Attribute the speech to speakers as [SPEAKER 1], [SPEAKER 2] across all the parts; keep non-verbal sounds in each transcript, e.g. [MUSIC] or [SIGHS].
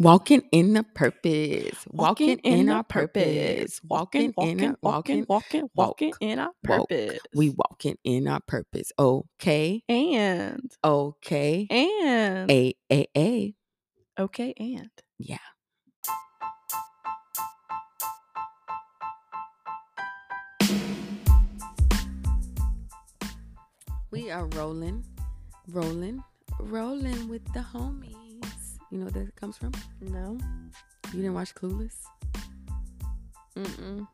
[SPEAKER 1] Walking in the purpose,
[SPEAKER 2] Walking
[SPEAKER 1] walking
[SPEAKER 2] in
[SPEAKER 1] in
[SPEAKER 2] the
[SPEAKER 1] our
[SPEAKER 2] purpose.
[SPEAKER 1] purpose, walking in our walking.
[SPEAKER 2] walking,
[SPEAKER 1] walk,
[SPEAKER 2] walking in our
[SPEAKER 1] walk.
[SPEAKER 2] purpose.
[SPEAKER 1] We walking in our purpose. Okay,
[SPEAKER 2] and
[SPEAKER 1] okay,
[SPEAKER 2] and
[SPEAKER 1] a a a.
[SPEAKER 2] okay and
[SPEAKER 1] Yeah. We are rolling, rolling, rolling with the homies. You know what that comes from?
[SPEAKER 2] no.
[SPEAKER 1] You didn't watch Clueless?
[SPEAKER 2] Mm-mm.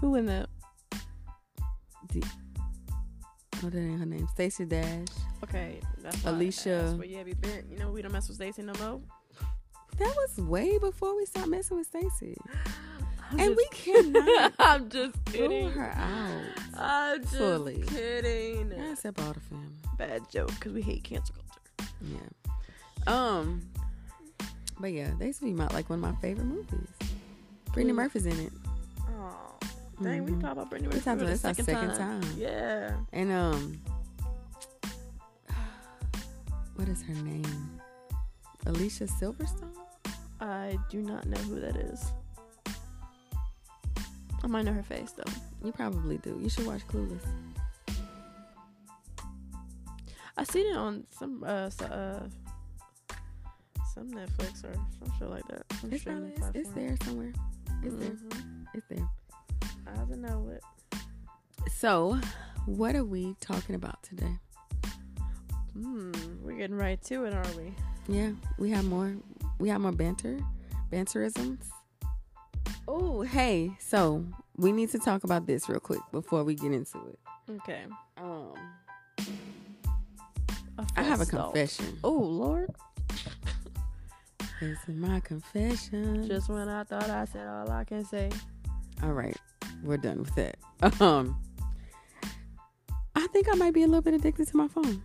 [SPEAKER 2] Who in the
[SPEAKER 1] Oh, that ain't her name. Stacey Dash.
[SPEAKER 2] okay? That's
[SPEAKER 1] why I Alicia. asked,
[SPEAKER 2] But
[SPEAKER 1] but
[SPEAKER 2] yeah, be you know we don't mess with Stacy no more.
[SPEAKER 1] That was way before we stopped messing with [LAUGHS] Stacey. And
[SPEAKER 2] [LAUGHS]
[SPEAKER 1] we cannot
[SPEAKER 2] I'm just
[SPEAKER 1] rule
[SPEAKER 2] kidding.
[SPEAKER 1] her out.
[SPEAKER 2] I'm just
[SPEAKER 1] Fully.
[SPEAKER 2] kidding.
[SPEAKER 1] Yeah, except all the family.
[SPEAKER 2] Bad joke because we hate cancel culture.
[SPEAKER 1] Yeah. Um. But yeah, they used to be my like one of my favorite movies. Brittany
[SPEAKER 2] Mm.
[SPEAKER 1] Murphy's in it,
[SPEAKER 2] Oh, dang, we
[SPEAKER 1] Mhm.
[SPEAKER 2] talked about Brittany.
[SPEAKER 1] We
[SPEAKER 2] Murphy
[SPEAKER 1] talked
[SPEAKER 2] for
[SPEAKER 1] about
[SPEAKER 2] the
[SPEAKER 1] this our second time.
[SPEAKER 2] Yeah.
[SPEAKER 1] and um, [SIGHS] what is her name? Alicia Silverstone.
[SPEAKER 2] I do not know who that is. I might know her face though.
[SPEAKER 1] You probably do. You should watch Clueless.
[SPEAKER 2] I seen it on some uh, s- uh some Netflix or some show like that. Some
[SPEAKER 1] It's,
[SPEAKER 2] streaming
[SPEAKER 1] probably, it's, it's
[SPEAKER 2] platform.
[SPEAKER 1] there somewhere. It's there.
[SPEAKER 2] Mhm.
[SPEAKER 1] It's there.
[SPEAKER 2] I don't know it.
[SPEAKER 1] So, what are we talking about today?
[SPEAKER 2] Hmm, we're getting right to it, aren't we?
[SPEAKER 1] Yeah, we have more. We have more banter, banterisms. Oh, hey. So we need to talk about this real quick before we get into it.
[SPEAKER 2] Okay.
[SPEAKER 1] Um, I have a confession.
[SPEAKER 2] Oh Lord!
[SPEAKER 1] This is my confession.
[SPEAKER 2] Just when I thought I said all I can say.
[SPEAKER 1] All right, we're done with that. [LAUGHS] Um, I think I might be a little bit addicted to my phone.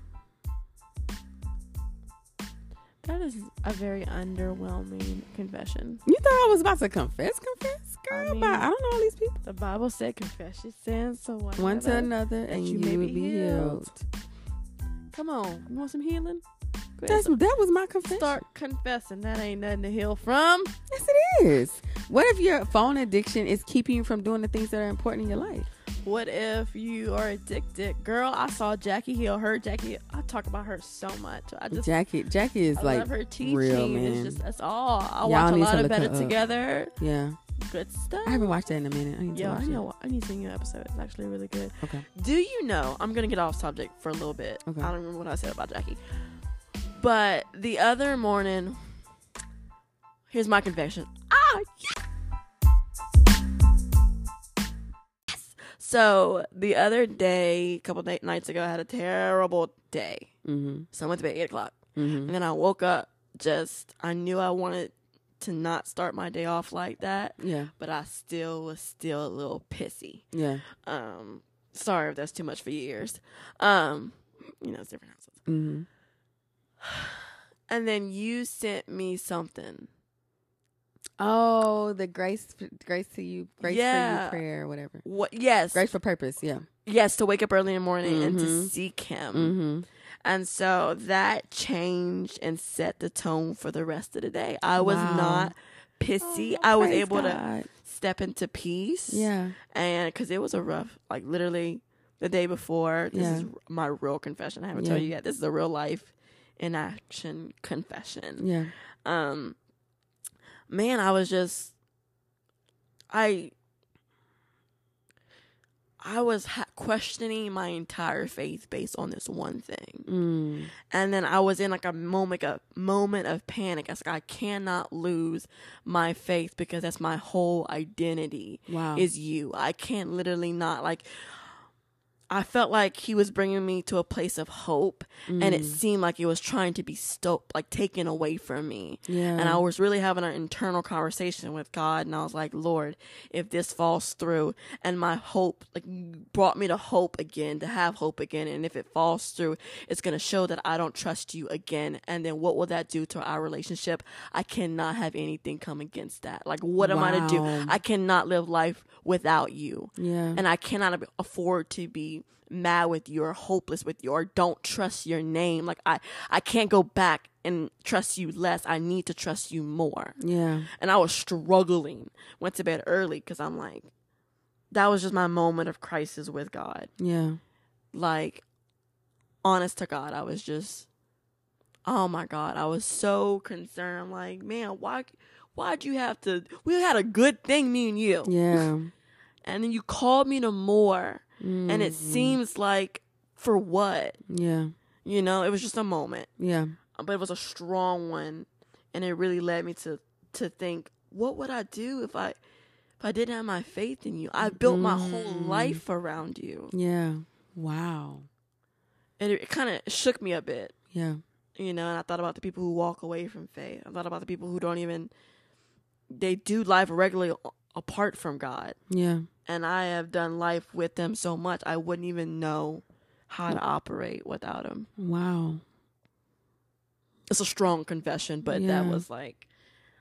[SPEAKER 2] That is a very underwhelming confession.
[SPEAKER 1] You thought I was about to confess, confess, girl,
[SPEAKER 2] I mean-
[SPEAKER 1] but I don't know all these people.
[SPEAKER 2] The Bible said, "Confess your sins to one,
[SPEAKER 1] One to
[SPEAKER 2] another."
[SPEAKER 1] another,
[SPEAKER 2] that
[SPEAKER 1] and you,
[SPEAKER 2] you may
[SPEAKER 1] will
[SPEAKER 2] be
[SPEAKER 1] be
[SPEAKER 2] healed.
[SPEAKER 1] healed.
[SPEAKER 2] Come on, you want some healing? Go ahead,
[SPEAKER 1] That's that was my confession.
[SPEAKER 2] start confessing. That ain't nothing to heal from.
[SPEAKER 1] Yes, it is. What if your phone addiction is keeping you from doing the things that are important in your life?
[SPEAKER 2] What if you are addicted, girl? I saw Jackie Hill. Her Jackie, I talk about her so much. I just
[SPEAKER 1] Jackie, Jackie is
[SPEAKER 2] I
[SPEAKER 1] like
[SPEAKER 2] love her teaching.
[SPEAKER 1] real man.
[SPEAKER 2] It's just that's all. I
[SPEAKER 1] Y'all
[SPEAKER 2] watch a
[SPEAKER 1] need to
[SPEAKER 2] lot of
[SPEAKER 1] look her
[SPEAKER 2] Better
[SPEAKER 1] up.
[SPEAKER 2] Together.
[SPEAKER 1] yeah,
[SPEAKER 2] Good stuff.
[SPEAKER 1] I haven't watched that in a minute. I need
[SPEAKER 2] Yo,
[SPEAKER 1] to watch
[SPEAKER 2] I
[SPEAKER 1] it.
[SPEAKER 2] know. I need to see a new episode. It's actually really good.
[SPEAKER 1] Okay,
[SPEAKER 2] Do you know? I'm gonna get off subject for a little bit.
[SPEAKER 1] Okay.
[SPEAKER 2] I don't remember what I said about Jackie. But the other morning, here's my confession. Ah, yes. So the other day, a couple day- nights ago, I had a terrible day.
[SPEAKER 1] mm-hmm,
[SPEAKER 2] So I went to bed at eight o'clock,
[SPEAKER 1] mm-hmm.
[SPEAKER 2] and then I woke up. Just I knew I wanted to not start my day off like that,
[SPEAKER 1] yeah,
[SPEAKER 2] but I still was still a little pissy
[SPEAKER 1] yeah,
[SPEAKER 2] um sorry if that's too much for your ears um you know it's different houses
[SPEAKER 1] mm-hmm.
[SPEAKER 2] and then you sent me something
[SPEAKER 1] Oh, the grace, grace to you, grace
[SPEAKER 2] Yeah.
[SPEAKER 1] for you prayer, or whatever.
[SPEAKER 2] what yes
[SPEAKER 1] Grace for purpose. Yeah.
[SPEAKER 2] yes to wake up early in the morning and to
[SPEAKER 1] Mhm.
[SPEAKER 2] seek him
[SPEAKER 1] Mm-hmm.
[SPEAKER 2] and so that changed and set the tone for the rest of the day i was
[SPEAKER 1] Wow. Oh,
[SPEAKER 2] not
[SPEAKER 1] Mm-hmm.
[SPEAKER 2] pissy i was able to step into peace
[SPEAKER 1] Yeah.
[SPEAKER 2] and because it was a rough like literally the day before this is
[SPEAKER 1] Yeah.
[SPEAKER 2] my real confession i haven't told
[SPEAKER 1] Yeah.
[SPEAKER 2] you yet this is a real life in action confession
[SPEAKER 1] Yeah.
[SPEAKER 2] um man i was just i i was ha- questioning my entire faith based on this one thing
[SPEAKER 1] Mm.
[SPEAKER 2] and then i was in like a moment a moment of panic i was like i cannot lose my faith because that's my whole identity
[SPEAKER 1] Wow.
[SPEAKER 2] is you i can't literally not like i felt like he was bringing me to a place of hope
[SPEAKER 1] Mm.
[SPEAKER 2] and it seemed like it was trying to be stoked like taken away from me
[SPEAKER 1] yeah.
[SPEAKER 2] and I was really having an internal conversation with God, and I was like, Lord, if this falls through, and my hope, like, you brought me to hope again, to have hope again, and if it falls through, it's going to show that I don't trust you again. And then what will that do to our relationship? I cannot have anything come against that. Like, what am I to do?
[SPEAKER 1] Wow.
[SPEAKER 2] I cannot live life without you,
[SPEAKER 1] yeah.
[SPEAKER 2] and I cannot ab- afford to be be mad with you or hopeless with you or don't trust your name. Like I I can't go back and trust you less. I need to trust you more.
[SPEAKER 1] Yeah.
[SPEAKER 2] And I was struggling. Went to bed early cuz I'm like that was just my moment of crisis with God.
[SPEAKER 1] Yeah.
[SPEAKER 2] Like honest to God, I was just oh my God, I was so concerned. I'm like, "Man, why why'd you have to we had a good thing me and you."
[SPEAKER 1] Yeah.
[SPEAKER 2] And then you called me to more and it
[SPEAKER 1] Mm.
[SPEAKER 2] seems like for what
[SPEAKER 1] Yeah.
[SPEAKER 2] you know it was just a moment uh,
[SPEAKER 1] Yeah.
[SPEAKER 2] but it was a strong one and it really led me to to think what would i do if i if i didn't have my faith in you i built my whole
[SPEAKER 1] Mm.
[SPEAKER 2] life around you
[SPEAKER 1] Yeah. Wow.
[SPEAKER 2] and it, it kind of shook me a bit
[SPEAKER 1] Yeah.
[SPEAKER 2] you know and i thought about the people who walk away from faith i thought about the people who don't even they do life regularly a- apart from god
[SPEAKER 1] Yeah.
[SPEAKER 2] and i have done life with them so much i wouldn't even know how to operate without him
[SPEAKER 1] Wow.
[SPEAKER 2] it's a strong confession, but that
[SPEAKER 1] Yeah.
[SPEAKER 2] was like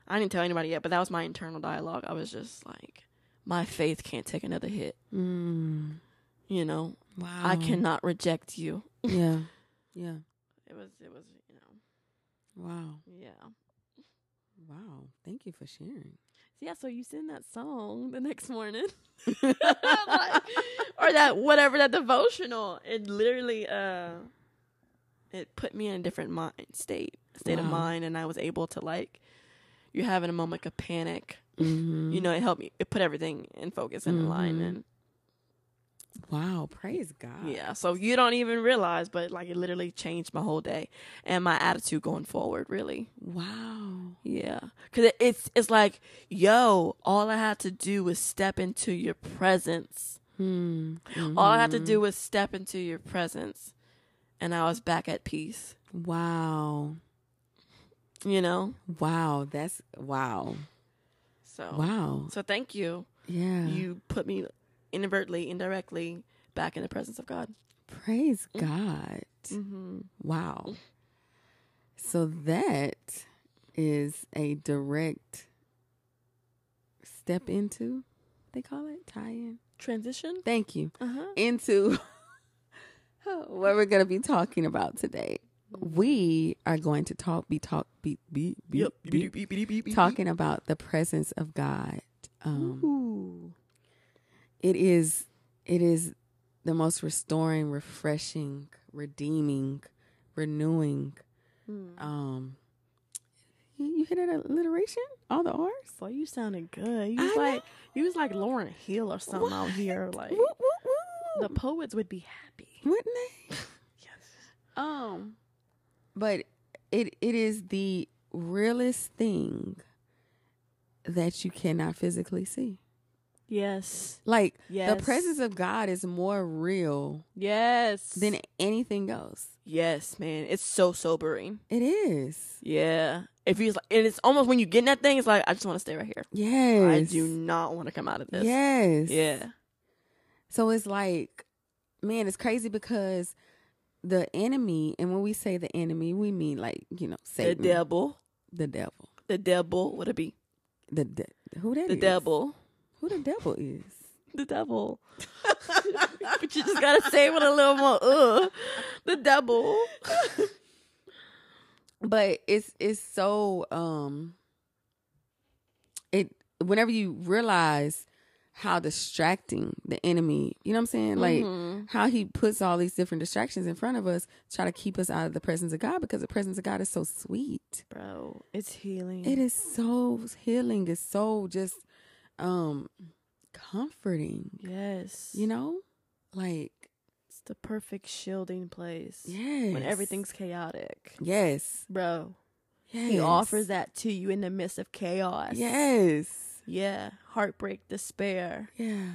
[SPEAKER 2] I didn't tell anybody yet, but that was my internal dialogue. I was just like, my faith can't take another hit.
[SPEAKER 1] Mm.
[SPEAKER 2] You know,
[SPEAKER 1] Wow.
[SPEAKER 2] I [LAUGHS] cannot reject you.
[SPEAKER 1] Yeah. Yeah.
[SPEAKER 2] It was, it was, you know,
[SPEAKER 1] Wow.
[SPEAKER 2] yeah.
[SPEAKER 1] Wow. Thank you for sharing. [LAUGHS]
[SPEAKER 2] So yeah, so you sing that song the next morning, [LAUGHS]
[SPEAKER 1] Mm-hmm.
[SPEAKER 2] I'm like, or that whatever that devotional. It literally, uh, it put me in a different mind state, state of
[SPEAKER 1] Wow.
[SPEAKER 2] mind, and I was able to like, you're having a moment of panic.
[SPEAKER 1] Mhm.
[SPEAKER 2] you know it helped me it put everything in focus and in line
[SPEAKER 1] Mhm.
[SPEAKER 2] and
[SPEAKER 1] Wow. Praise God.
[SPEAKER 2] yeah so you don't even realize but like it literally changed my whole day and my attitude going forward really
[SPEAKER 1] Wow.
[SPEAKER 2] yeah because it, it's it's like yo all i had to do was step into your presence
[SPEAKER 1] Hmm.
[SPEAKER 2] all i had to
[SPEAKER 1] Mhm.
[SPEAKER 2] do was step into your presence and i was back at peace
[SPEAKER 1] Wow.
[SPEAKER 2] you know
[SPEAKER 1] Wow. That's wow.
[SPEAKER 2] so
[SPEAKER 1] Wow.
[SPEAKER 2] so thank you
[SPEAKER 1] Yeah.
[SPEAKER 2] Oh. you put me inadvertently indirectly back in the presence of god
[SPEAKER 1] Praise
[SPEAKER 2] Mm.
[SPEAKER 1] God.
[SPEAKER 2] mm-hmm.
[SPEAKER 1] Wow. So that is a direct step into, they call it tie in.
[SPEAKER 2] transition
[SPEAKER 1] Thank you.
[SPEAKER 2] uh-huh
[SPEAKER 1] Into [LAUGHS] what we're going to be talking about today. We are going to talk, be talk, be, be, be, be talking about the presence of God. Um,
[SPEAKER 2] Ooh.
[SPEAKER 1] it is it is the most restoring refreshing redeeming renewing
[SPEAKER 2] Hmm.
[SPEAKER 1] um you, you hit an alliteration all the r's
[SPEAKER 2] Boy, you sounded good. You
[SPEAKER 1] I
[SPEAKER 2] was
[SPEAKER 1] know.
[SPEAKER 2] like you was like Lauren Hill or something out here. Like
[SPEAKER 1] woo, woo, woo.
[SPEAKER 2] the poets would be happy.
[SPEAKER 1] wouldn't they
[SPEAKER 2] [LAUGHS] Yes.
[SPEAKER 1] um but it it is the realest thing that you cannot physically see
[SPEAKER 2] Yes.
[SPEAKER 1] like
[SPEAKER 2] Yes.
[SPEAKER 1] the presence of god is more real
[SPEAKER 2] Yes.
[SPEAKER 1] than anything else
[SPEAKER 2] yes, man. It's so sobering.
[SPEAKER 1] it is
[SPEAKER 2] Yeah. If he's like, and it's almost when you get in that thing, it's like I just want to stay right here.
[SPEAKER 1] yes
[SPEAKER 2] I do not want to come out of this.
[SPEAKER 1] yes
[SPEAKER 2] Yeah.
[SPEAKER 1] So it's like, man, it's crazy because the enemy, and when we say the enemy, we mean like you know Satan,
[SPEAKER 2] The devil.
[SPEAKER 1] the devil,
[SPEAKER 2] The devil. What it be?
[SPEAKER 1] the de- who that
[SPEAKER 2] The
[SPEAKER 1] is?
[SPEAKER 2] devil.
[SPEAKER 1] who the devil is?
[SPEAKER 2] the devil. [LAUGHS] but you just gotta say it with a little more uh the devil.
[SPEAKER 1] But it's it's so um, it whenever you realize how distracting the enemy, you know what I'm saying, like.
[SPEAKER 2] Mhm.
[SPEAKER 1] How he puts all these different distractions in front of us, try to keep us out of the presence of God because the presence of God is so sweet.
[SPEAKER 2] bro, it's healing.
[SPEAKER 1] It is so healing. It's so just um comforting.
[SPEAKER 2] Yes.
[SPEAKER 1] You know? Like
[SPEAKER 2] it's the perfect shielding place.
[SPEAKER 1] yes.
[SPEAKER 2] When everything's chaotic.
[SPEAKER 1] yes.
[SPEAKER 2] Bro.
[SPEAKER 1] Yes.
[SPEAKER 2] He offers that to you in the midst of chaos.
[SPEAKER 1] Yes.
[SPEAKER 2] Yeah. Heartbreak, despair.
[SPEAKER 1] Yeah.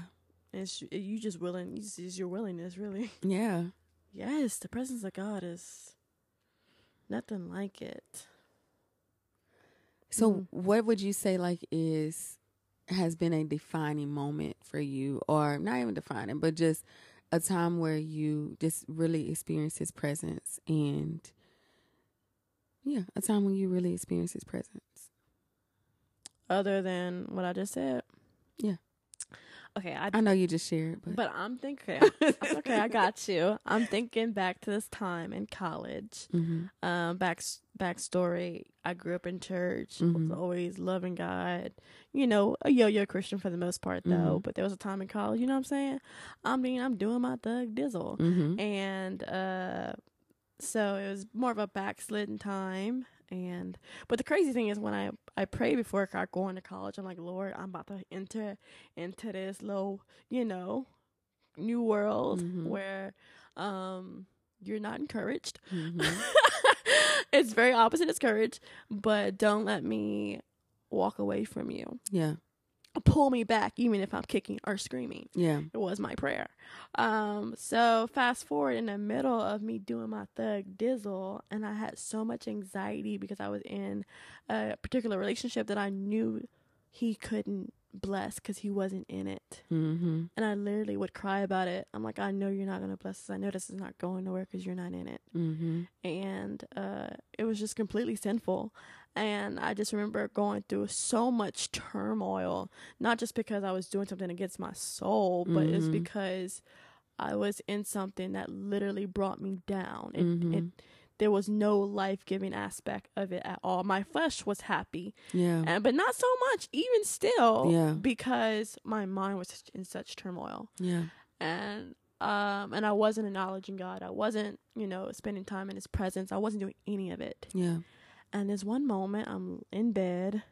[SPEAKER 2] It's you just willing it's just your willingness really. [LAUGHS]
[SPEAKER 1] Yeah.
[SPEAKER 2] Yes, the presence of God is nothing like it.
[SPEAKER 1] So
[SPEAKER 2] Mm.
[SPEAKER 1] what would you say like is has been a defining moment for you or not even defining, but just a time where you just really experienced his presence and yeah, a time when you really experienced his presence.
[SPEAKER 2] other than what I just said.
[SPEAKER 1] Yeah.
[SPEAKER 2] Okay, I
[SPEAKER 1] I know you just shared, but,
[SPEAKER 2] But I'm
[SPEAKER 1] [LAUGHS]
[SPEAKER 2] thinking, [LAUGHS] okay, that's okay, I got you. I'm thinking back to this time in college.
[SPEAKER 1] Mhm.
[SPEAKER 2] Um, back backstory: I grew up in church.
[SPEAKER 1] Mhm.
[SPEAKER 2] Was always loving God. You know, a yo-yo Christian for the most part, though.
[SPEAKER 1] Mhm.
[SPEAKER 2] But there was a time in college. You know what I'm saying? I mean, I'm doing my thug dizzle,
[SPEAKER 1] Mhm.
[SPEAKER 2] and uh, so it was more of a backslidden time. And but the crazy thing is when I I pray before I go into college, I'm like, Lord, I'm about to enter into this little, you know, new world
[SPEAKER 1] Mhm.
[SPEAKER 2] where um you're not encouraged.
[SPEAKER 1] Mhm.
[SPEAKER 2] [LAUGHS] it's very opposite as courage, but don't let me walk away from you.
[SPEAKER 1] yeah,
[SPEAKER 2] Pull me back, even if I'm kicking or screaming.
[SPEAKER 1] yeah,
[SPEAKER 2] It was my prayer. Um, so fast forward in the middle of me doing my thug dizzle, and I had so much anxiety because I was in a particular relationship that I knew he couldn't bless because he wasn't in it.
[SPEAKER 1] mm-hmm.
[SPEAKER 2] And I literally would cry about it. I'm like, I know you're not gonna bless this. I know this is not going nowhere because you're not in it
[SPEAKER 1] Mm-hmm.
[SPEAKER 2] and uh, it was just completely sinful. And I just remember going through so much turmoil, not just because I was doing something against my soul, but it's
[SPEAKER 1] Mhm.
[SPEAKER 2] because I was in something that literally brought me down. It,
[SPEAKER 1] Mhm.
[SPEAKER 2] it, there was no life giving aspect of it at all. My flesh was happy,
[SPEAKER 1] yeah,
[SPEAKER 2] and, but not so much, even still,
[SPEAKER 1] Yeah.
[SPEAKER 2] because my mind was in such turmoil
[SPEAKER 1] yeah,
[SPEAKER 2] and um and I wasn't acknowledging God. I wasn't, you know, spending time in his presence. I wasn't doing any of it.
[SPEAKER 1] yeah.
[SPEAKER 2] And there's one moment I'm in bed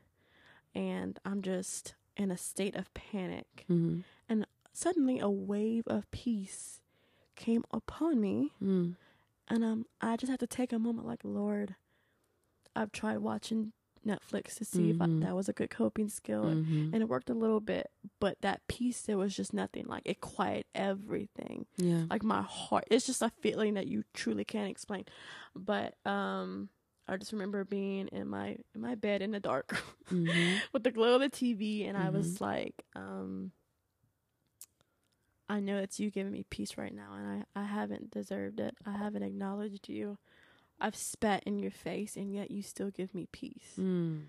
[SPEAKER 2] and I'm just in a state of panic.
[SPEAKER 1] Mm-hmm.
[SPEAKER 2] Suddenly a wave of peace came upon me
[SPEAKER 1] Mm.
[SPEAKER 2] and um I just have to take a moment like, Lord, I've tried watching Netflix to see
[SPEAKER 1] Mhm.
[SPEAKER 2] if I, that was a good coping skill
[SPEAKER 1] Mm-hmm.
[SPEAKER 2] and it worked a little bit, but that peace there was just nothing like it quieted everything
[SPEAKER 1] Yeah.
[SPEAKER 2] like my heart it's just a feeling that you truly can't explain but um i just remember being in my in my bed in the dark [LAUGHS]
[SPEAKER 1] Mm-hmm.
[SPEAKER 2] with the glow of the tv and i was like um i know it's you giving me peace right now and i i haven't deserved it i haven't acknowledged you i've spat in your face and yet you still give me peace
[SPEAKER 1] Mm.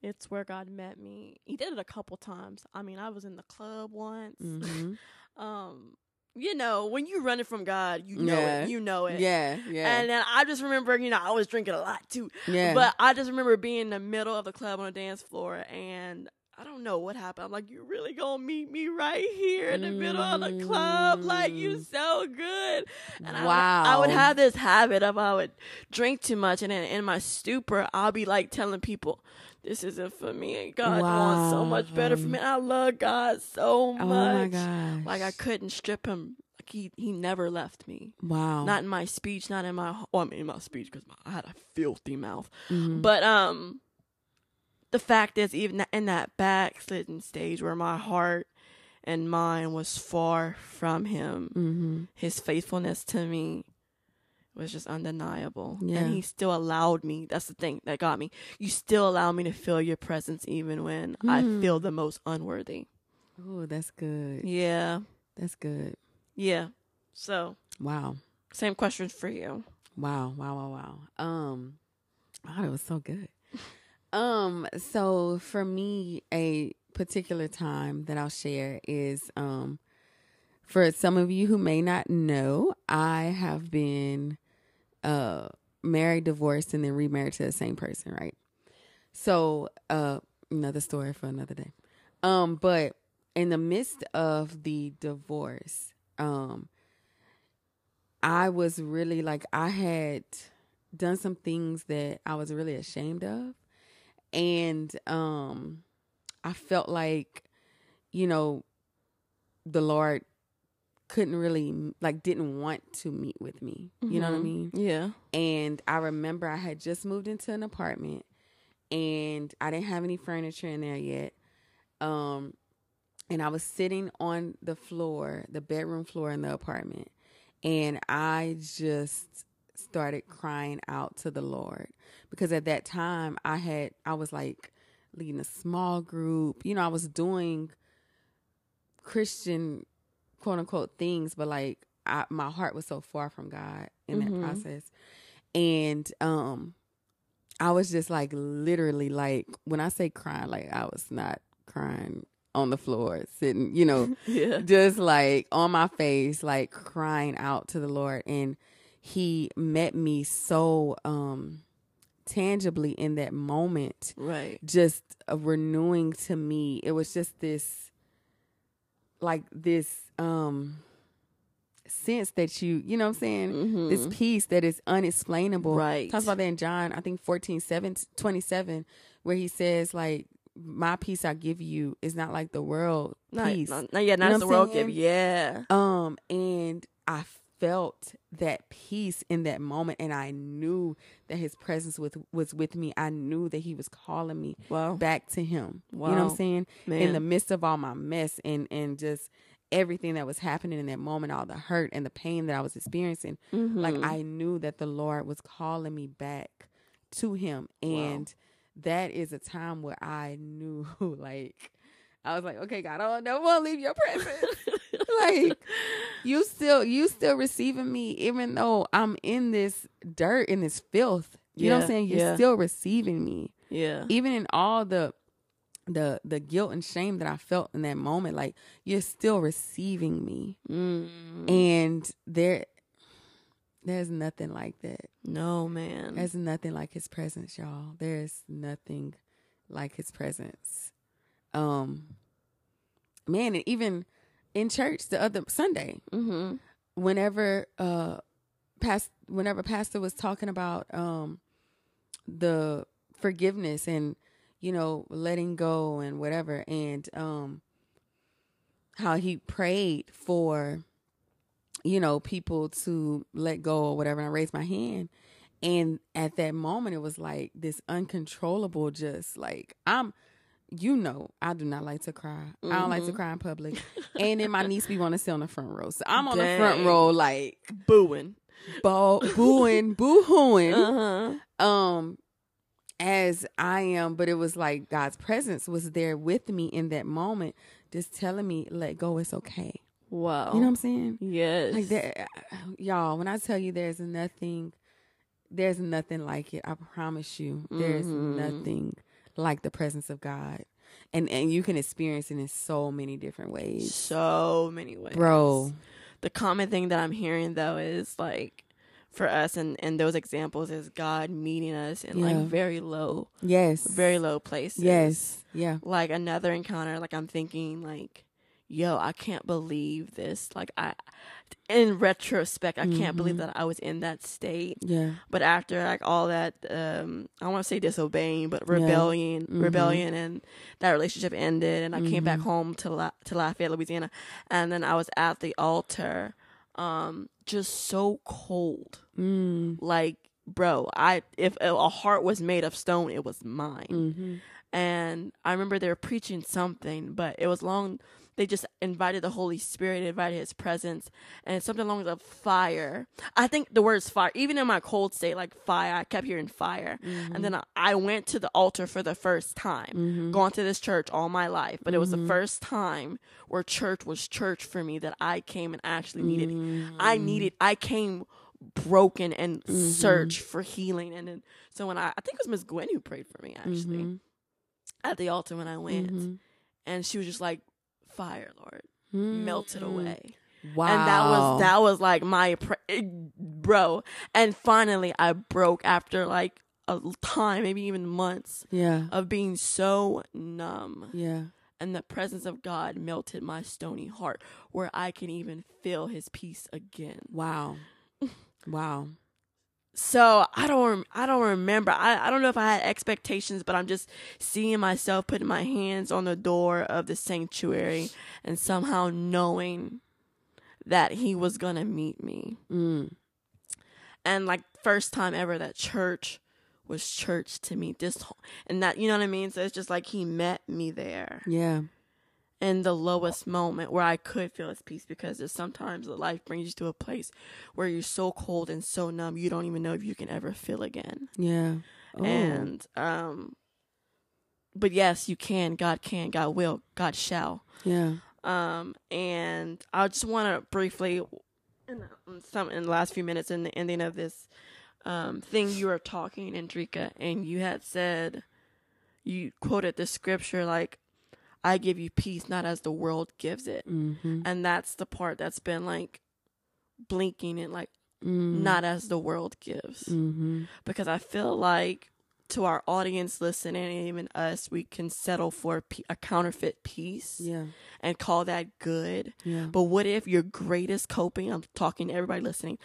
[SPEAKER 2] it's where god met me he did it a couple times i mean i was in the club once
[SPEAKER 1] Mm-hmm.
[SPEAKER 2] um you know when you running from god you know
[SPEAKER 1] Yeah.
[SPEAKER 2] it you know it
[SPEAKER 1] Yeah, yeah,
[SPEAKER 2] and then i just remember you know i was drinking a lot too
[SPEAKER 1] yeah.
[SPEAKER 2] but i just remember being in the middle of the club on a dance floor and i don't know what happened i'm like you really gonna meet me right here in the middle of the club like you
[SPEAKER 1] Mm.
[SPEAKER 2] so good and I would-
[SPEAKER 1] wow,
[SPEAKER 2] I would, have this habit of I would drink too much, and then in my stupor, I'll be like telling people, "This isn't for me." And God wants so much better for
[SPEAKER 1] Wow.
[SPEAKER 2] me. And I love God so much.
[SPEAKER 1] Oh my gosh!
[SPEAKER 2] Like I couldn't strip him. Like he he never left me.
[SPEAKER 1] Wow.
[SPEAKER 2] Not in my speech. Not in my. Well, I mean in my speech because I had a filthy mouth.
[SPEAKER 1] Mhm.
[SPEAKER 2] But um, the fact is, even in that backslidden stage where my heart and mind was far from him,
[SPEAKER 1] Mhm.
[SPEAKER 2] his faithfulness to me was just undeniable.
[SPEAKER 1] Yeah.
[SPEAKER 2] And he still allowed me. That's the thing that got me. You still allow me to feel your presence even when
[SPEAKER 1] Mm.
[SPEAKER 2] I feel the most unworthy.
[SPEAKER 1] Oh, that's good.
[SPEAKER 2] Yeah.
[SPEAKER 1] That's good.
[SPEAKER 2] Yeah. So
[SPEAKER 1] Wow.
[SPEAKER 2] same question for you.
[SPEAKER 1] Wow, wow, wow, wow. Um, wow, that was so good. [LAUGHS] Um, so for me, a particular time that I'll share is um for some of you who may not know, I have been uh married, divorced, and then remarried to the same person, right? So uh another story for another day. Um, but in the midst of the divorce, um, I was really like I had done some things that I was really ashamed of and um I felt like you know the Lord couldn't really like didn't want to meet with me. You know what I
[SPEAKER 2] Mhm.
[SPEAKER 1] mean? [LAUGHS]
[SPEAKER 2] Yeah.
[SPEAKER 1] And I remember I had just moved into an apartment and I didn't have any furniture in there yet. Um, and I was sitting on the floor, the bedroom floor in the apartment, and I just started crying out to the Lord because at that time I had I was like leading a small group. You know, I was doing Christian quote unquote things, but like I, my heart was so far from God in
[SPEAKER 2] Mhm.
[SPEAKER 1] that process. And um I was just like literally like when I say crying, like I was not crying on the floor, sitting, you
[SPEAKER 2] [LAUGHS]
[SPEAKER 1] know,
[SPEAKER 2] Yeah.
[SPEAKER 1] just like on my face, like crying out to the Lord. And he met me so um tangibly in that moment,
[SPEAKER 2] Right.
[SPEAKER 1] just a renewing to me. It was just this like this um sense that you you know what I'm saying?
[SPEAKER 2] Mm-hmm.
[SPEAKER 1] This peace that is unexplainable
[SPEAKER 2] right.
[SPEAKER 1] talks about that in John, I think 14, 7, 27, where he says, like, my peace I give you is not like the world
[SPEAKER 2] not,
[SPEAKER 1] peace.
[SPEAKER 2] Not, not, yeah,
[SPEAKER 1] know
[SPEAKER 2] not as
[SPEAKER 1] what
[SPEAKER 2] the
[SPEAKER 1] I'm
[SPEAKER 2] world
[SPEAKER 1] saying?
[SPEAKER 2] give. Yeah.
[SPEAKER 1] Um, and I felt that peace in that moment and I knew that his presence with was with me. I knew that he was calling me
[SPEAKER 2] Wow.
[SPEAKER 1] back to him. You know what
[SPEAKER 2] Oh. Wow.
[SPEAKER 1] I'm saying?
[SPEAKER 2] Man.
[SPEAKER 1] in the midst of all my mess and and just everything that was happening in that moment all the hurt and the pain that i was experiencing
[SPEAKER 2] Mhm.
[SPEAKER 1] like i knew that the lord was calling me back to him and that is a time where i knew [LAUGHS] like i was like okay god i don't never want to leave your presence
[SPEAKER 2] [LAUGHS]
[SPEAKER 1] like you still you still receiving me even though i'm in this dirt in this filth you know what
[SPEAKER 2] Yeah,
[SPEAKER 1] i'm saying you're
[SPEAKER 2] yeah.
[SPEAKER 1] still receiving me
[SPEAKER 2] yeah.
[SPEAKER 1] even in all the the the guilt and shame that I felt in that moment, like you're still receiving me,
[SPEAKER 2] Mm.
[SPEAKER 1] and there there's nothing like that.
[SPEAKER 2] No, man.
[SPEAKER 1] There's nothing like His presence, y'all. There's nothing like His presence. Um, man, and even in church the other Sunday,
[SPEAKER 2] mm-hmm.
[SPEAKER 1] whenever uh past whenever pastor was talking about um the forgiveness and you know letting go and whatever and um how he prayed for you know people to let go or whatever and I raised my hand and at that moment it was like this uncontrollable just like I'm you know I do not like to cry I don't like to
[SPEAKER 2] Mhm.
[SPEAKER 1] cry in public and then my niece be want to sit on the front row. So I'm on the front
[SPEAKER 2] Dang.
[SPEAKER 1] row, like
[SPEAKER 2] Booing.
[SPEAKER 1] bo- booing, boo hooing,
[SPEAKER 2] Uh-huh.
[SPEAKER 1] um, as I am. But it was like God's presence was there with me in that moment, just telling me, "Let go, it's okay."
[SPEAKER 2] Wow.
[SPEAKER 1] You know what I'm saying?
[SPEAKER 2] Oh. yes.
[SPEAKER 1] Like that, uh, y'all. When I tell you, there's nothing, there's nothing like it. I promise you, there's
[SPEAKER 2] Mhm.
[SPEAKER 1] nothing like the presence of God, and and you can experience it in so many different ways,
[SPEAKER 2] So many ways.
[SPEAKER 1] bro.
[SPEAKER 2] the common thing that I'm hearing though is like for us and and those examples is God meeting us in like
[SPEAKER 1] Yeah.
[SPEAKER 2] very low,
[SPEAKER 1] Yes,
[SPEAKER 2] very low places.
[SPEAKER 1] Yes. Yeah.
[SPEAKER 2] Like another encounter, like I'm thinking like, yo, I can't believe this. Like I in retrospect, I can't believe
[SPEAKER 1] Mhm.
[SPEAKER 2] that I was in that state.
[SPEAKER 1] Yeah.
[SPEAKER 2] But after like all that um I don't wanna say disobeying, but rebellion
[SPEAKER 1] Mhm.
[SPEAKER 2] rebellion and that relationship ended and I came back
[SPEAKER 1] Mhm.
[SPEAKER 2] home to La- to Lafayette, Louisiana and then I was at the altar, um, just so cold.
[SPEAKER 1] Mm.
[SPEAKER 2] Like, bro, I if a heart was made of stone, it was mine
[SPEAKER 1] Mm-hmm.
[SPEAKER 2] and I remember they were preaching something, but it was long. They just invited the Holy Spirit, invited His presence, and something along the fire. I think the word is fire. Even in my cold state, like fire, I kept hearing fire.
[SPEAKER 1] Mm-hmm.
[SPEAKER 2] And then I, I went to the altar for the first time.
[SPEAKER 1] Mhm.
[SPEAKER 2] Gone to this church all my life, but it was the
[SPEAKER 1] Mhm.
[SPEAKER 2] first time where church was church for me that I came and actually needed I
[SPEAKER 1] Mm-hmm.
[SPEAKER 2] needed I came broken and
[SPEAKER 1] Mhm.
[SPEAKER 2] searched for healing and then so when I I think it was Miss Gwen who prayed for me actually
[SPEAKER 1] Mm-hmm.
[SPEAKER 2] at the altar when I went and she was just like fire lord melted away
[SPEAKER 1] Mm-hmm. Wow.
[SPEAKER 2] and that was that was like my pr- bro and finally I broke after like a time maybe even months
[SPEAKER 1] Yeah.
[SPEAKER 2] of being so numb
[SPEAKER 1] Yeah.
[SPEAKER 2] and the presence of God melted my stony heart where I can even feel his peace again [LAUGHS]
[SPEAKER 1] Wow. Wow.
[SPEAKER 2] so I don't rem- I don't remember. I, I don't know if I had expectations, but I'm just seeing myself putting my hands on the door of the sanctuary and somehow knowing that he was gonna meet me.
[SPEAKER 1] Mm.
[SPEAKER 2] And like first time ever that church was church to me. This whole- and that you know what I mean? So it's just like he met me there
[SPEAKER 1] Yeah.
[SPEAKER 2] in the lowest moment where I could feel his peace because there's sometimes that life brings you to a place where you're so cold and so numb you don't even know if you can ever feel again
[SPEAKER 1] Yeah. Oh.
[SPEAKER 2] and um but yes you can god can god will god shall
[SPEAKER 1] yeah.
[SPEAKER 2] um and i just want to briefly in the- some in the last few minutes in the ending of this um thing you were talking andrika and you had said you quoted the scripture like I give you peace not as the world gives it.
[SPEAKER 1] Mm-hmm.
[SPEAKER 2] And that's the part that's been like blinking and like
[SPEAKER 1] Mm-hmm.
[SPEAKER 2] not as the world gives.
[SPEAKER 1] Mm-hmm.
[SPEAKER 2] Because I feel like to our audience listening and even us, we can settle for a, pe- a counterfeit peace
[SPEAKER 1] Yeah.
[SPEAKER 2] and call that good.
[SPEAKER 1] Yeah.
[SPEAKER 2] But what if your greatest coping, I'm talking to everybody listening,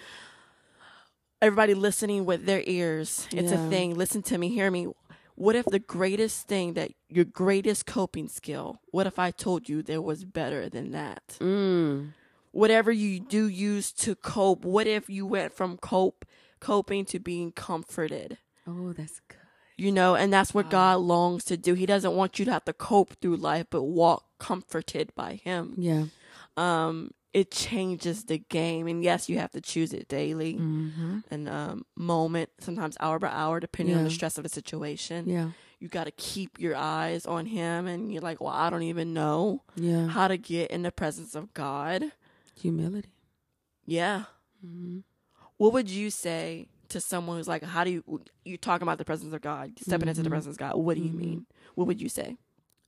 [SPEAKER 2] everybody listening with their ears, it's
[SPEAKER 1] Yeah.
[SPEAKER 2] a thing. Listen to me, hear me. What if the greatest thing that your greatest coping skill, what if I told you there was better than that?
[SPEAKER 1] Mm.
[SPEAKER 2] Whatever you do use to cope, what if you went from cope coping to being comforted?
[SPEAKER 1] Oh, that's good.
[SPEAKER 2] You know, and that's what God longs to do. He doesn't want you to have to cope through life, but walk comforted by Him
[SPEAKER 1] Yeah.
[SPEAKER 2] um it changes the game and yes you have to choose it daily
[SPEAKER 1] Mm-hmm.
[SPEAKER 2] and um moment sometimes hour by hour depending on the
[SPEAKER 1] Yeah.
[SPEAKER 2] stress of the situation
[SPEAKER 1] Yeah.
[SPEAKER 2] you got to keep your eyes on him and you're like well i don't even know
[SPEAKER 1] Yeah.
[SPEAKER 2] how to get in the presence of god
[SPEAKER 1] Humility.
[SPEAKER 2] yeah
[SPEAKER 1] Mm-hmm.
[SPEAKER 2] what would you say to someone who's like how do you you're talking about the presence of god stepping into the
[SPEAKER 1] Mhm.
[SPEAKER 2] presence of god what do you
[SPEAKER 1] Mhm.
[SPEAKER 2] mean what would you say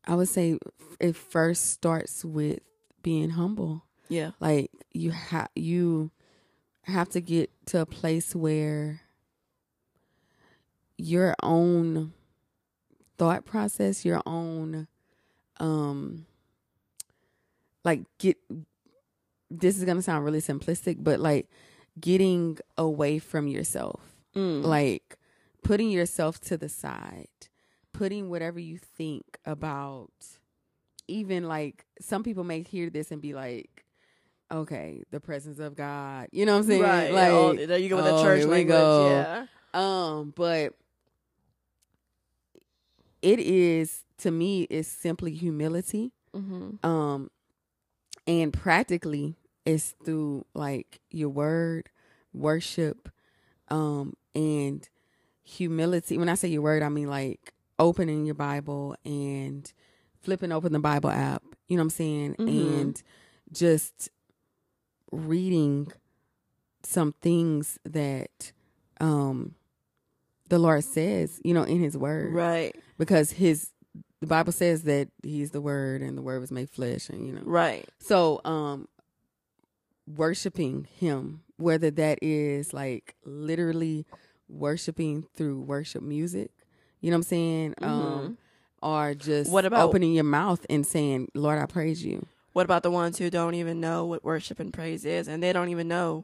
[SPEAKER 1] I would say it first starts with being humble.
[SPEAKER 2] yeah
[SPEAKER 1] Like you have you have to get to a place where your own thought process, your own um like get this is going to sound really simplistic, but like getting away from yourself
[SPEAKER 2] Mm.
[SPEAKER 1] like putting yourself to the side putting whatever you think about even like some people may hear this and be like okay the presence of god you know what i'm saying
[SPEAKER 2] right yeah, oh,
[SPEAKER 1] like
[SPEAKER 2] there you go with the
[SPEAKER 1] oh,
[SPEAKER 2] church
[SPEAKER 1] here we
[SPEAKER 2] language
[SPEAKER 1] go.
[SPEAKER 2] yeah
[SPEAKER 1] um but it is to me is simply humility
[SPEAKER 2] mm-hmm.
[SPEAKER 1] um and practically it's through like your word worship um and humility when i say your word i mean like opening your bible and flipping open the bible app you know what i'm saying
[SPEAKER 2] Mhm.
[SPEAKER 1] and just reading some things that um the lord says you know in his word
[SPEAKER 2] right
[SPEAKER 1] because his the bible says that he's the word and the word was made flesh and you know
[SPEAKER 2] right
[SPEAKER 1] so, um, worshiping him, whether that is like literally worshiping through worship music, you know what I'm saying? Um, or just
[SPEAKER 2] Mm-hmm. What about-
[SPEAKER 1] opening your mouth and saying, Lord, I praise you.
[SPEAKER 2] What about the ones who don't even know what worship and praise is, and they don't even know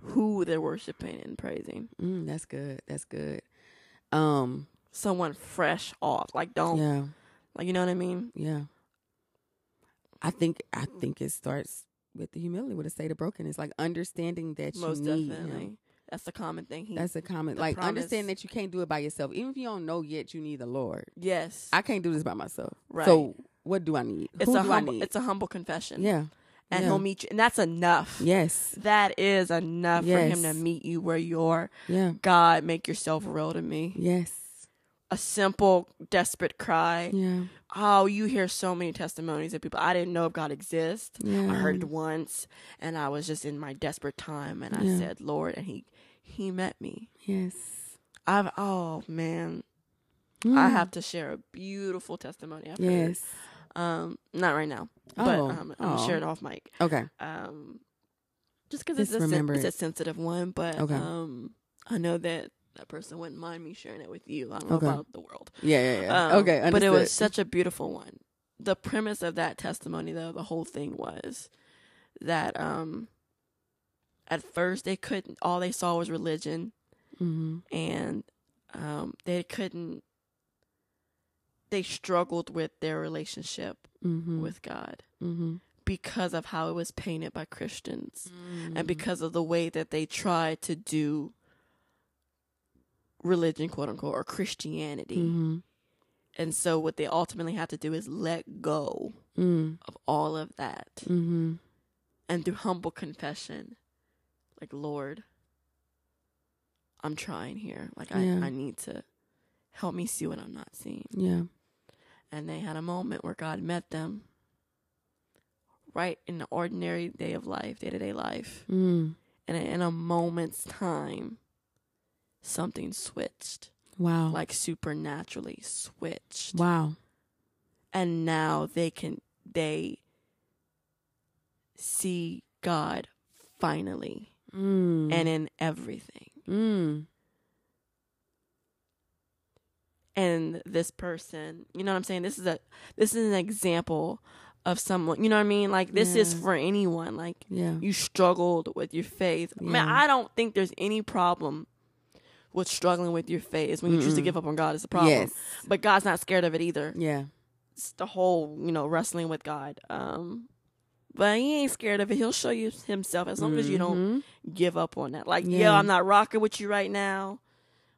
[SPEAKER 2] who they're worshiping and praising?
[SPEAKER 1] Mm, that's good. That's good. Um,
[SPEAKER 2] Someone fresh off, like don't,
[SPEAKER 1] yeah,
[SPEAKER 2] like you know what I mean?
[SPEAKER 1] yeah. I think, I think it starts with the humility, with a state of brokenness, like understanding that
[SPEAKER 2] Most
[SPEAKER 1] you need
[SPEAKER 2] definitely,
[SPEAKER 1] him.
[SPEAKER 2] that's the common thing. He,
[SPEAKER 1] That's a comment.
[SPEAKER 2] The
[SPEAKER 1] Like,
[SPEAKER 2] promise.
[SPEAKER 1] understand that you can't do it by yourself. Even if you don't know yet, you need the Lord.
[SPEAKER 2] yes,
[SPEAKER 1] I can't do this by myself.
[SPEAKER 2] Right.
[SPEAKER 1] So what do I need?
[SPEAKER 2] it's
[SPEAKER 1] Who
[SPEAKER 2] a
[SPEAKER 1] do
[SPEAKER 2] humble,
[SPEAKER 1] I need?
[SPEAKER 2] it's a humble confession.
[SPEAKER 1] yeah.
[SPEAKER 2] and
[SPEAKER 1] yeah.
[SPEAKER 2] he'll meet you, and that's enough.
[SPEAKER 1] Yes.
[SPEAKER 2] That is enough for
[SPEAKER 1] Yes.
[SPEAKER 2] him to meet you where you're.
[SPEAKER 1] Yeah.
[SPEAKER 2] God, make yourself real to me.
[SPEAKER 1] Yes.
[SPEAKER 2] A simple, desperate cry.
[SPEAKER 1] Yeah.
[SPEAKER 2] Oh, you hear so many testimonies of people. I didn't know if God exists.
[SPEAKER 1] Yeah.
[SPEAKER 2] I heard it once, and I was just in my desperate time, and I
[SPEAKER 1] Yeah.
[SPEAKER 2] said, "Lord," and He He met me.
[SPEAKER 1] Yes.
[SPEAKER 2] I've oh man, I
[SPEAKER 1] Mm.
[SPEAKER 2] have to share a beautiful testimony. I've heard.
[SPEAKER 1] Yes.
[SPEAKER 2] um, not right now, but
[SPEAKER 1] Oh,
[SPEAKER 2] um, I'm
[SPEAKER 1] oh.
[SPEAKER 2] sharing off mic.
[SPEAKER 1] Okay.
[SPEAKER 2] Um, just because
[SPEAKER 1] Just
[SPEAKER 2] it's a sen-
[SPEAKER 1] remember
[SPEAKER 2] it's
[SPEAKER 1] it.
[SPEAKER 2] a sensitive one, but
[SPEAKER 1] Okay.
[SPEAKER 2] um, I know that that person wouldn't mind me sharing it with you. I don't know
[SPEAKER 1] Okay.
[SPEAKER 2] about the world.
[SPEAKER 1] Yeah. Yeah. yeah.
[SPEAKER 2] Um,
[SPEAKER 1] okay. Understood.
[SPEAKER 2] But it was such a beautiful one. The premise of that testimony, though, the whole thing was that um, at first they couldn't, all they saw was religion
[SPEAKER 1] hmm
[SPEAKER 2] and um, they couldn't, they struggled with their relationship
[SPEAKER 1] hmm
[SPEAKER 2] with God
[SPEAKER 1] hmm
[SPEAKER 2] because of how it was painted by Christians
[SPEAKER 1] Mm-hmm.
[SPEAKER 2] and because of the way that they tried to do religion, quote unquote, or Christianity.
[SPEAKER 1] hmm
[SPEAKER 2] And so what they ultimately had to do is let go
[SPEAKER 1] Mm-hmm.
[SPEAKER 2] of all of that. And through humble confession, like, Lord, I'm trying here. Like, I,
[SPEAKER 1] Yeah.
[SPEAKER 2] I need to help me see what I'm not seeing.
[SPEAKER 1] Yeah.
[SPEAKER 2] And they had a moment where God met them right in the ordinary day of life, day to day life.
[SPEAKER 1] Mm.
[SPEAKER 2] And in a moment's time, something switched,
[SPEAKER 1] Wow.
[SPEAKER 2] like supernaturally switched.
[SPEAKER 1] wow.
[SPEAKER 2] and now they can they see God finally
[SPEAKER 1] Mm.
[SPEAKER 2] and in everything.
[SPEAKER 1] mm.
[SPEAKER 2] And this person, you know what I'm saying? This is a this is an example of someone, you know what I mean? Like this is
[SPEAKER 1] Yeah.
[SPEAKER 2] for anyone. Like
[SPEAKER 1] yeah.
[SPEAKER 2] you struggled with your faith. Man,
[SPEAKER 1] Yeah.
[SPEAKER 2] I don't think there's any problem with struggling with your faith. It's when you choose to
[SPEAKER 1] Mm-mm.
[SPEAKER 2] give up on God is the problem.
[SPEAKER 1] Yes.
[SPEAKER 2] But God's not scared of it either.
[SPEAKER 1] Yeah.
[SPEAKER 2] It's the whole, you know, wrestling with God. Um but he ain't scared of it. He'll show you himself as long as you don't
[SPEAKER 1] Mhm.
[SPEAKER 2] give up on that. Like, yo,
[SPEAKER 1] Yeah.
[SPEAKER 2] I'm not rocking with you right now,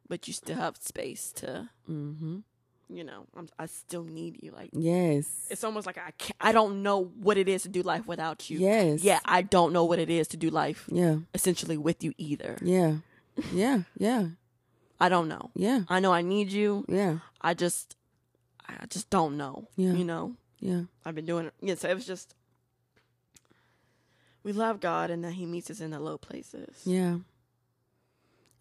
[SPEAKER 2] but you still have space to,
[SPEAKER 1] Mhm.
[SPEAKER 2] you know, I'm, I still need you. Like,
[SPEAKER 1] Yes.
[SPEAKER 2] it's almost like I can't, I don't know what it is to do life without you.
[SPEAKER 1] Yes.
[SPEAKER 2] Yeah, I don't know what it is to do life
[SPEAKER 1] Yeah.
[SPEAKER 2] essentially with you either.
[SPEAKER 1] Yeah. Yeah. Yeah.
[SPEAKER 2] I don't know.
[SPEAKER 1] Yeah.
[SPEAKER 2] I know I need you.
[SPEAKER 1] Yeah.
[SPEAKER 2] I just, I just don't know.
[SPEAKER 1] Yeah.
[SPEAKER 2] You know,
[SPEAKER 1] Yeah.
[SPEAKER 2] I've been doing it. Yeah, so it was just, we love God and that He meets us in the low places.
[SPEAKER 1] Yeah.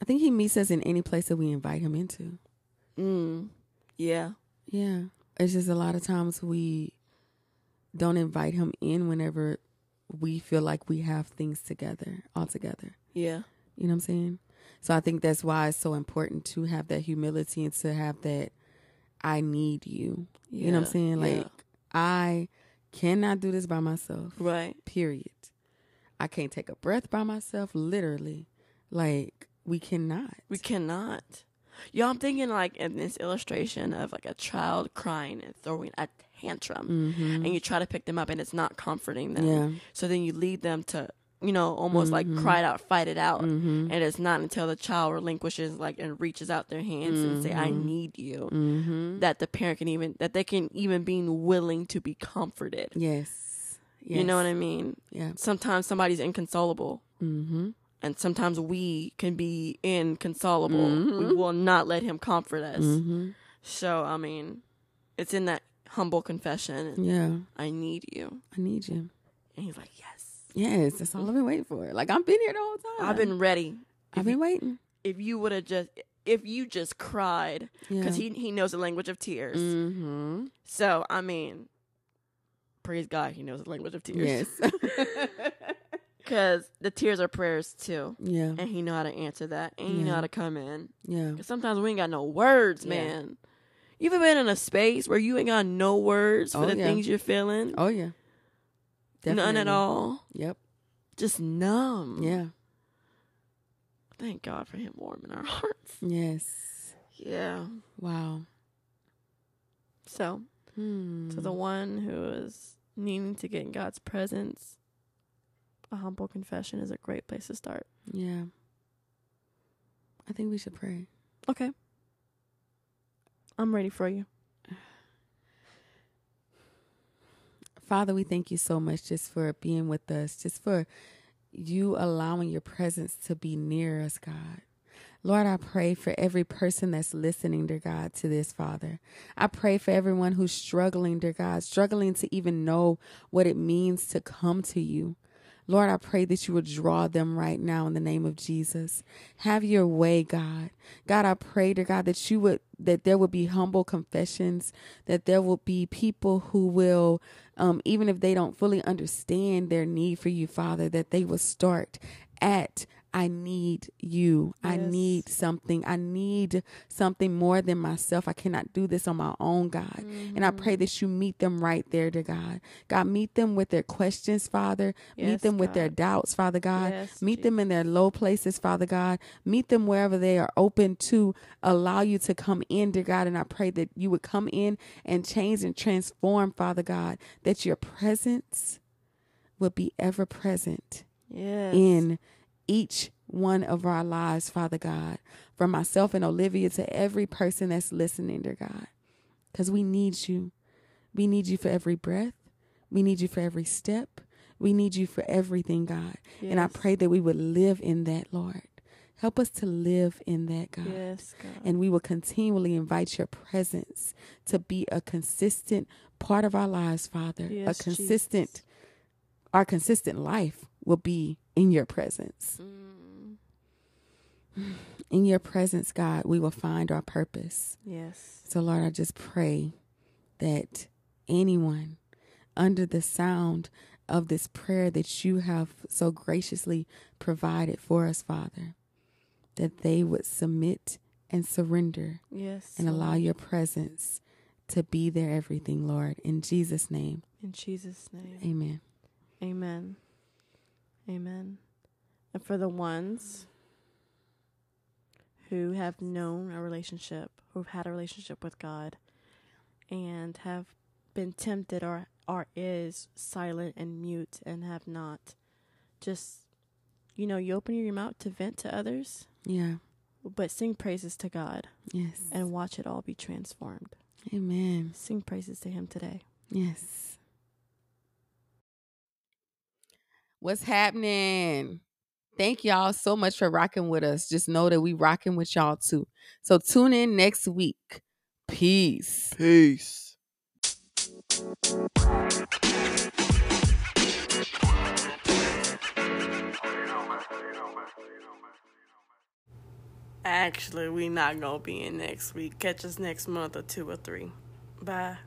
[SPEAKER 1] I think he meets us in any place that we invite him into.
[SPEAKER 2] Mm. Yeah.
[SPEAKER 1] Yeah. It's just a lot of times we don't invite him in whenever we feel like we have things together, all together.
[SPEAKER 2] Yeah.
[SPEAKER 1] You know what I'm saying? So I think that's why it's so important to have that humility and to have that I need you. You know what I'm
[SPEAKER 2] Yeah.
[SPEAKER 1] saying?
[SPEAKER 2] Yeah.
[SPEAKER 1] Like I cannot do this by myself.
[SPEAKER 2] Right.
[SPEAKER 1] Period. I can't take a breath by myself, literally. Like we cannot.
[SPEAKER 2] We cannot. Yo, I'm thinking like in this illustration of like a child crying and throwing a tantrum,
[SPEAKER 1] Mhm.
[SPEAKER 2] and you try to pick them up, and it's not comforting them.
[SPEAKER 1] Yeah.
[SPEAKER 2] So then you lead them to, you know, almost
[SPEAKER 1] Mhm.
[SPEAKER 2] like cry it out, fight it out,
[SPEAKER 1] Mhm.
[SPEAKER 2] and it's not until the child relinquishes like and reaches out their hands and say, "I
[SPEAKER 1] Mhm.
[SPEAKER 2] need you,"
[SPEAKER 1] Mhm.
[SPEAKER 2] that the parent can even that they can even be willing to be comforted.
[SPEAKER 1] Yes. yes.
[SPEAKER 2] You know what I mean?
[SPEAKER 1] Yeah.
[SPEAKER 2] Sometimes somebody's inconsolable.
[SPEAKER 1] Mhm.
[SPEAKER 2] and sometimes we can be inconsolable. We
[SPEAKER 1] Mhm.
[SPEAKER 2] will not let him comfort us.
[SPEAKER 1] Mhm.
[SPEAKER 2] So, I mean, it's in that humble confession
[SPEAKER 1] Yeah.
[SPEAKER 2] I need you.
[SPEAKER 1] I need you.
[SPEAKER 2] And he's like, Yes,
[SPEAKER 1] Yes, that's all I've been waiting for. Like I've been here the whole time.
[SPEAKER 2] Mm-hmm. I've been ready.
[SPEAKER 1] I've been waiting.
[SPEAKER 2] If you would have just, if you just cried,
[SPEAKER 1] Yeah.
[SPEAKER 2] because he, he knows the language of tears.
[SPEAKER 1] Mhm.
[SPEAKER 2] So, I mean, praise God, he knows the language of tears.
[SPEAKER 1] Yes.
[SPEAKER 2] [LAUGHS] Because the tears are prayers too.
[SPEAKER 1] yeah.
[SPEAKER 2] And he know how to answer that. And he know
[SPEAKER 1] Mm-hmm. Yeah.
[SPEAKER 2] how to come in.
[SPEAKER 1] Yeah.
[SPEAKER 2] 'Cause sometimes we ain't got no words,
[SPEAKER 1] Yeah.
[SPEAKER 2] man. You ever been in a space where you ain't got no words for
[SPEAKER 1] Oh,
[SPEAKER 2] the
[SPEAKER 1] yeah.
[SPEAKER 2] things you're feeling?
[SPEAKER 1] Oh yeah.
[SPEAKER 2] None at
[SPEAKER 1] Definitely.
[SPEAKER 2] all.
[SPEAKER 1] Yep.
[SPEAKER 2] Just numb.
[SPEAKER 1] Yeah.
[SPEAKER 2] Thank God for him warming our [LAUGHS] hearts.
[SPEAKER 1] Yes.
[SPEAKER 2] Yeah.
[SPEAKER 1] Wow.
[SPEAKER 2] So
[SPEAKER 1] Hmm.
[SPEAKER 2] So
[SPEAKER 3] to the one who is needing to get in God's presence, a humble confession is a great place to start.
[SPEAKER 1] Yeah. I think we should pray.
[SPEAKER 3] Okay. I'm ready for you.
[SPEAKER 1] Father, we thank you so much just for being with us, just for you allowing your presence to be near us, God. Lord, I pray for every person that's listening, dear God, to this, Father. I pray for everyone who's struggling, dear God, struggling to even know what it means to come to you. Lord, I pray that you would draw them right now in the name of Jesus. Have your way, God. God, I pray, dear God, that you would that there would be humble confessions, that there will be people who will um, even if they don't fully understand their need for you, Father, that they will start at I need you. I
[SPEAKER 3] Yes.
[SPEAKER 1] need something. I need something more than myself. I cannot do this on my own, God. And I pray that you meet them right there, dear God. God, meet them with their questions, Father.
[SPEAKER 3] Yes,
[SPEAKER 1] meet them with their
[SPEAKER 3] God.
[SPEAKER 1] doubts, Father God.
[SPEAKER 3] Yes,
[SPEAKER 1] meet them in their low places, Father God. Meet them wherever they are open to allow you to come in, dear God. And I pray that you would come in and change and transform, Father God, that your presence would be ever present
[SPEAKER 2] Yes.
[SPEAKER 1] in each one of our lives, Father God, from myself and Olivia to every person that's listening, dear God, because we need you. We need you for every breath. We need you for every step. We need you for everything, God. And I
[SPEAKER 3] Yes.
[SPEAKER 1] pray that we would live in that, Lord. Help us to live in that, God.
[SPEAKER 3] Yes, God.
[SPEAKER 1] And we will continually invite your presence to be a consistent part of our lives, Father.
[SPEAKER 3] Yes,
[SPEAKER 1] a consistent, our consistent life will be in your presence.
[SPEAKER 2] Mm.
[SPEAKER 1] In your presence, God, we will find our purpose.
[SPEAKER 3] yes.
[SPEAKER 1] So, Lord, I just pray that anyone under the sound of this prayer that you have so graciously provided for us, Father, that they would submit and surrender
[SPEAKER 2] Yes.
[SPEAKER 1] and allow
[SPEAKER 2] Lord.
[SPEAKER 1] your presence to be their everything, Lord. In Jesus' name,
[SPEAKER 2] in Jesus' name.
[SPEAKER 1] amen.
[SPEAKER 2] Amen. Amen. And for the ones who have known a relationship, who've had a relationship with God, and have been tempted or or is silent and mute and have not, just you know, you open your mouth to vent to others,
[SPEAKER 1] Yeah.
[SPEAKER 2] but sing praises to God
[SPEAKER 1] Yes.
[SPEAKER 2] and watch it all be transformed.
[SPEAKER 1] Amen.
[SPEAKER 2] Sing praises to Him today.
[SPEAKER 1] Yes. What's happening? Thank y'all so much for rocking with us. Just know that we rocking with y'all too. So tune in next week. Peace.
[SPEAKER 4] Peace.
[SPEAKER 2] Actually, we not gonna be in next week. Catch us next month or two or three. Bye.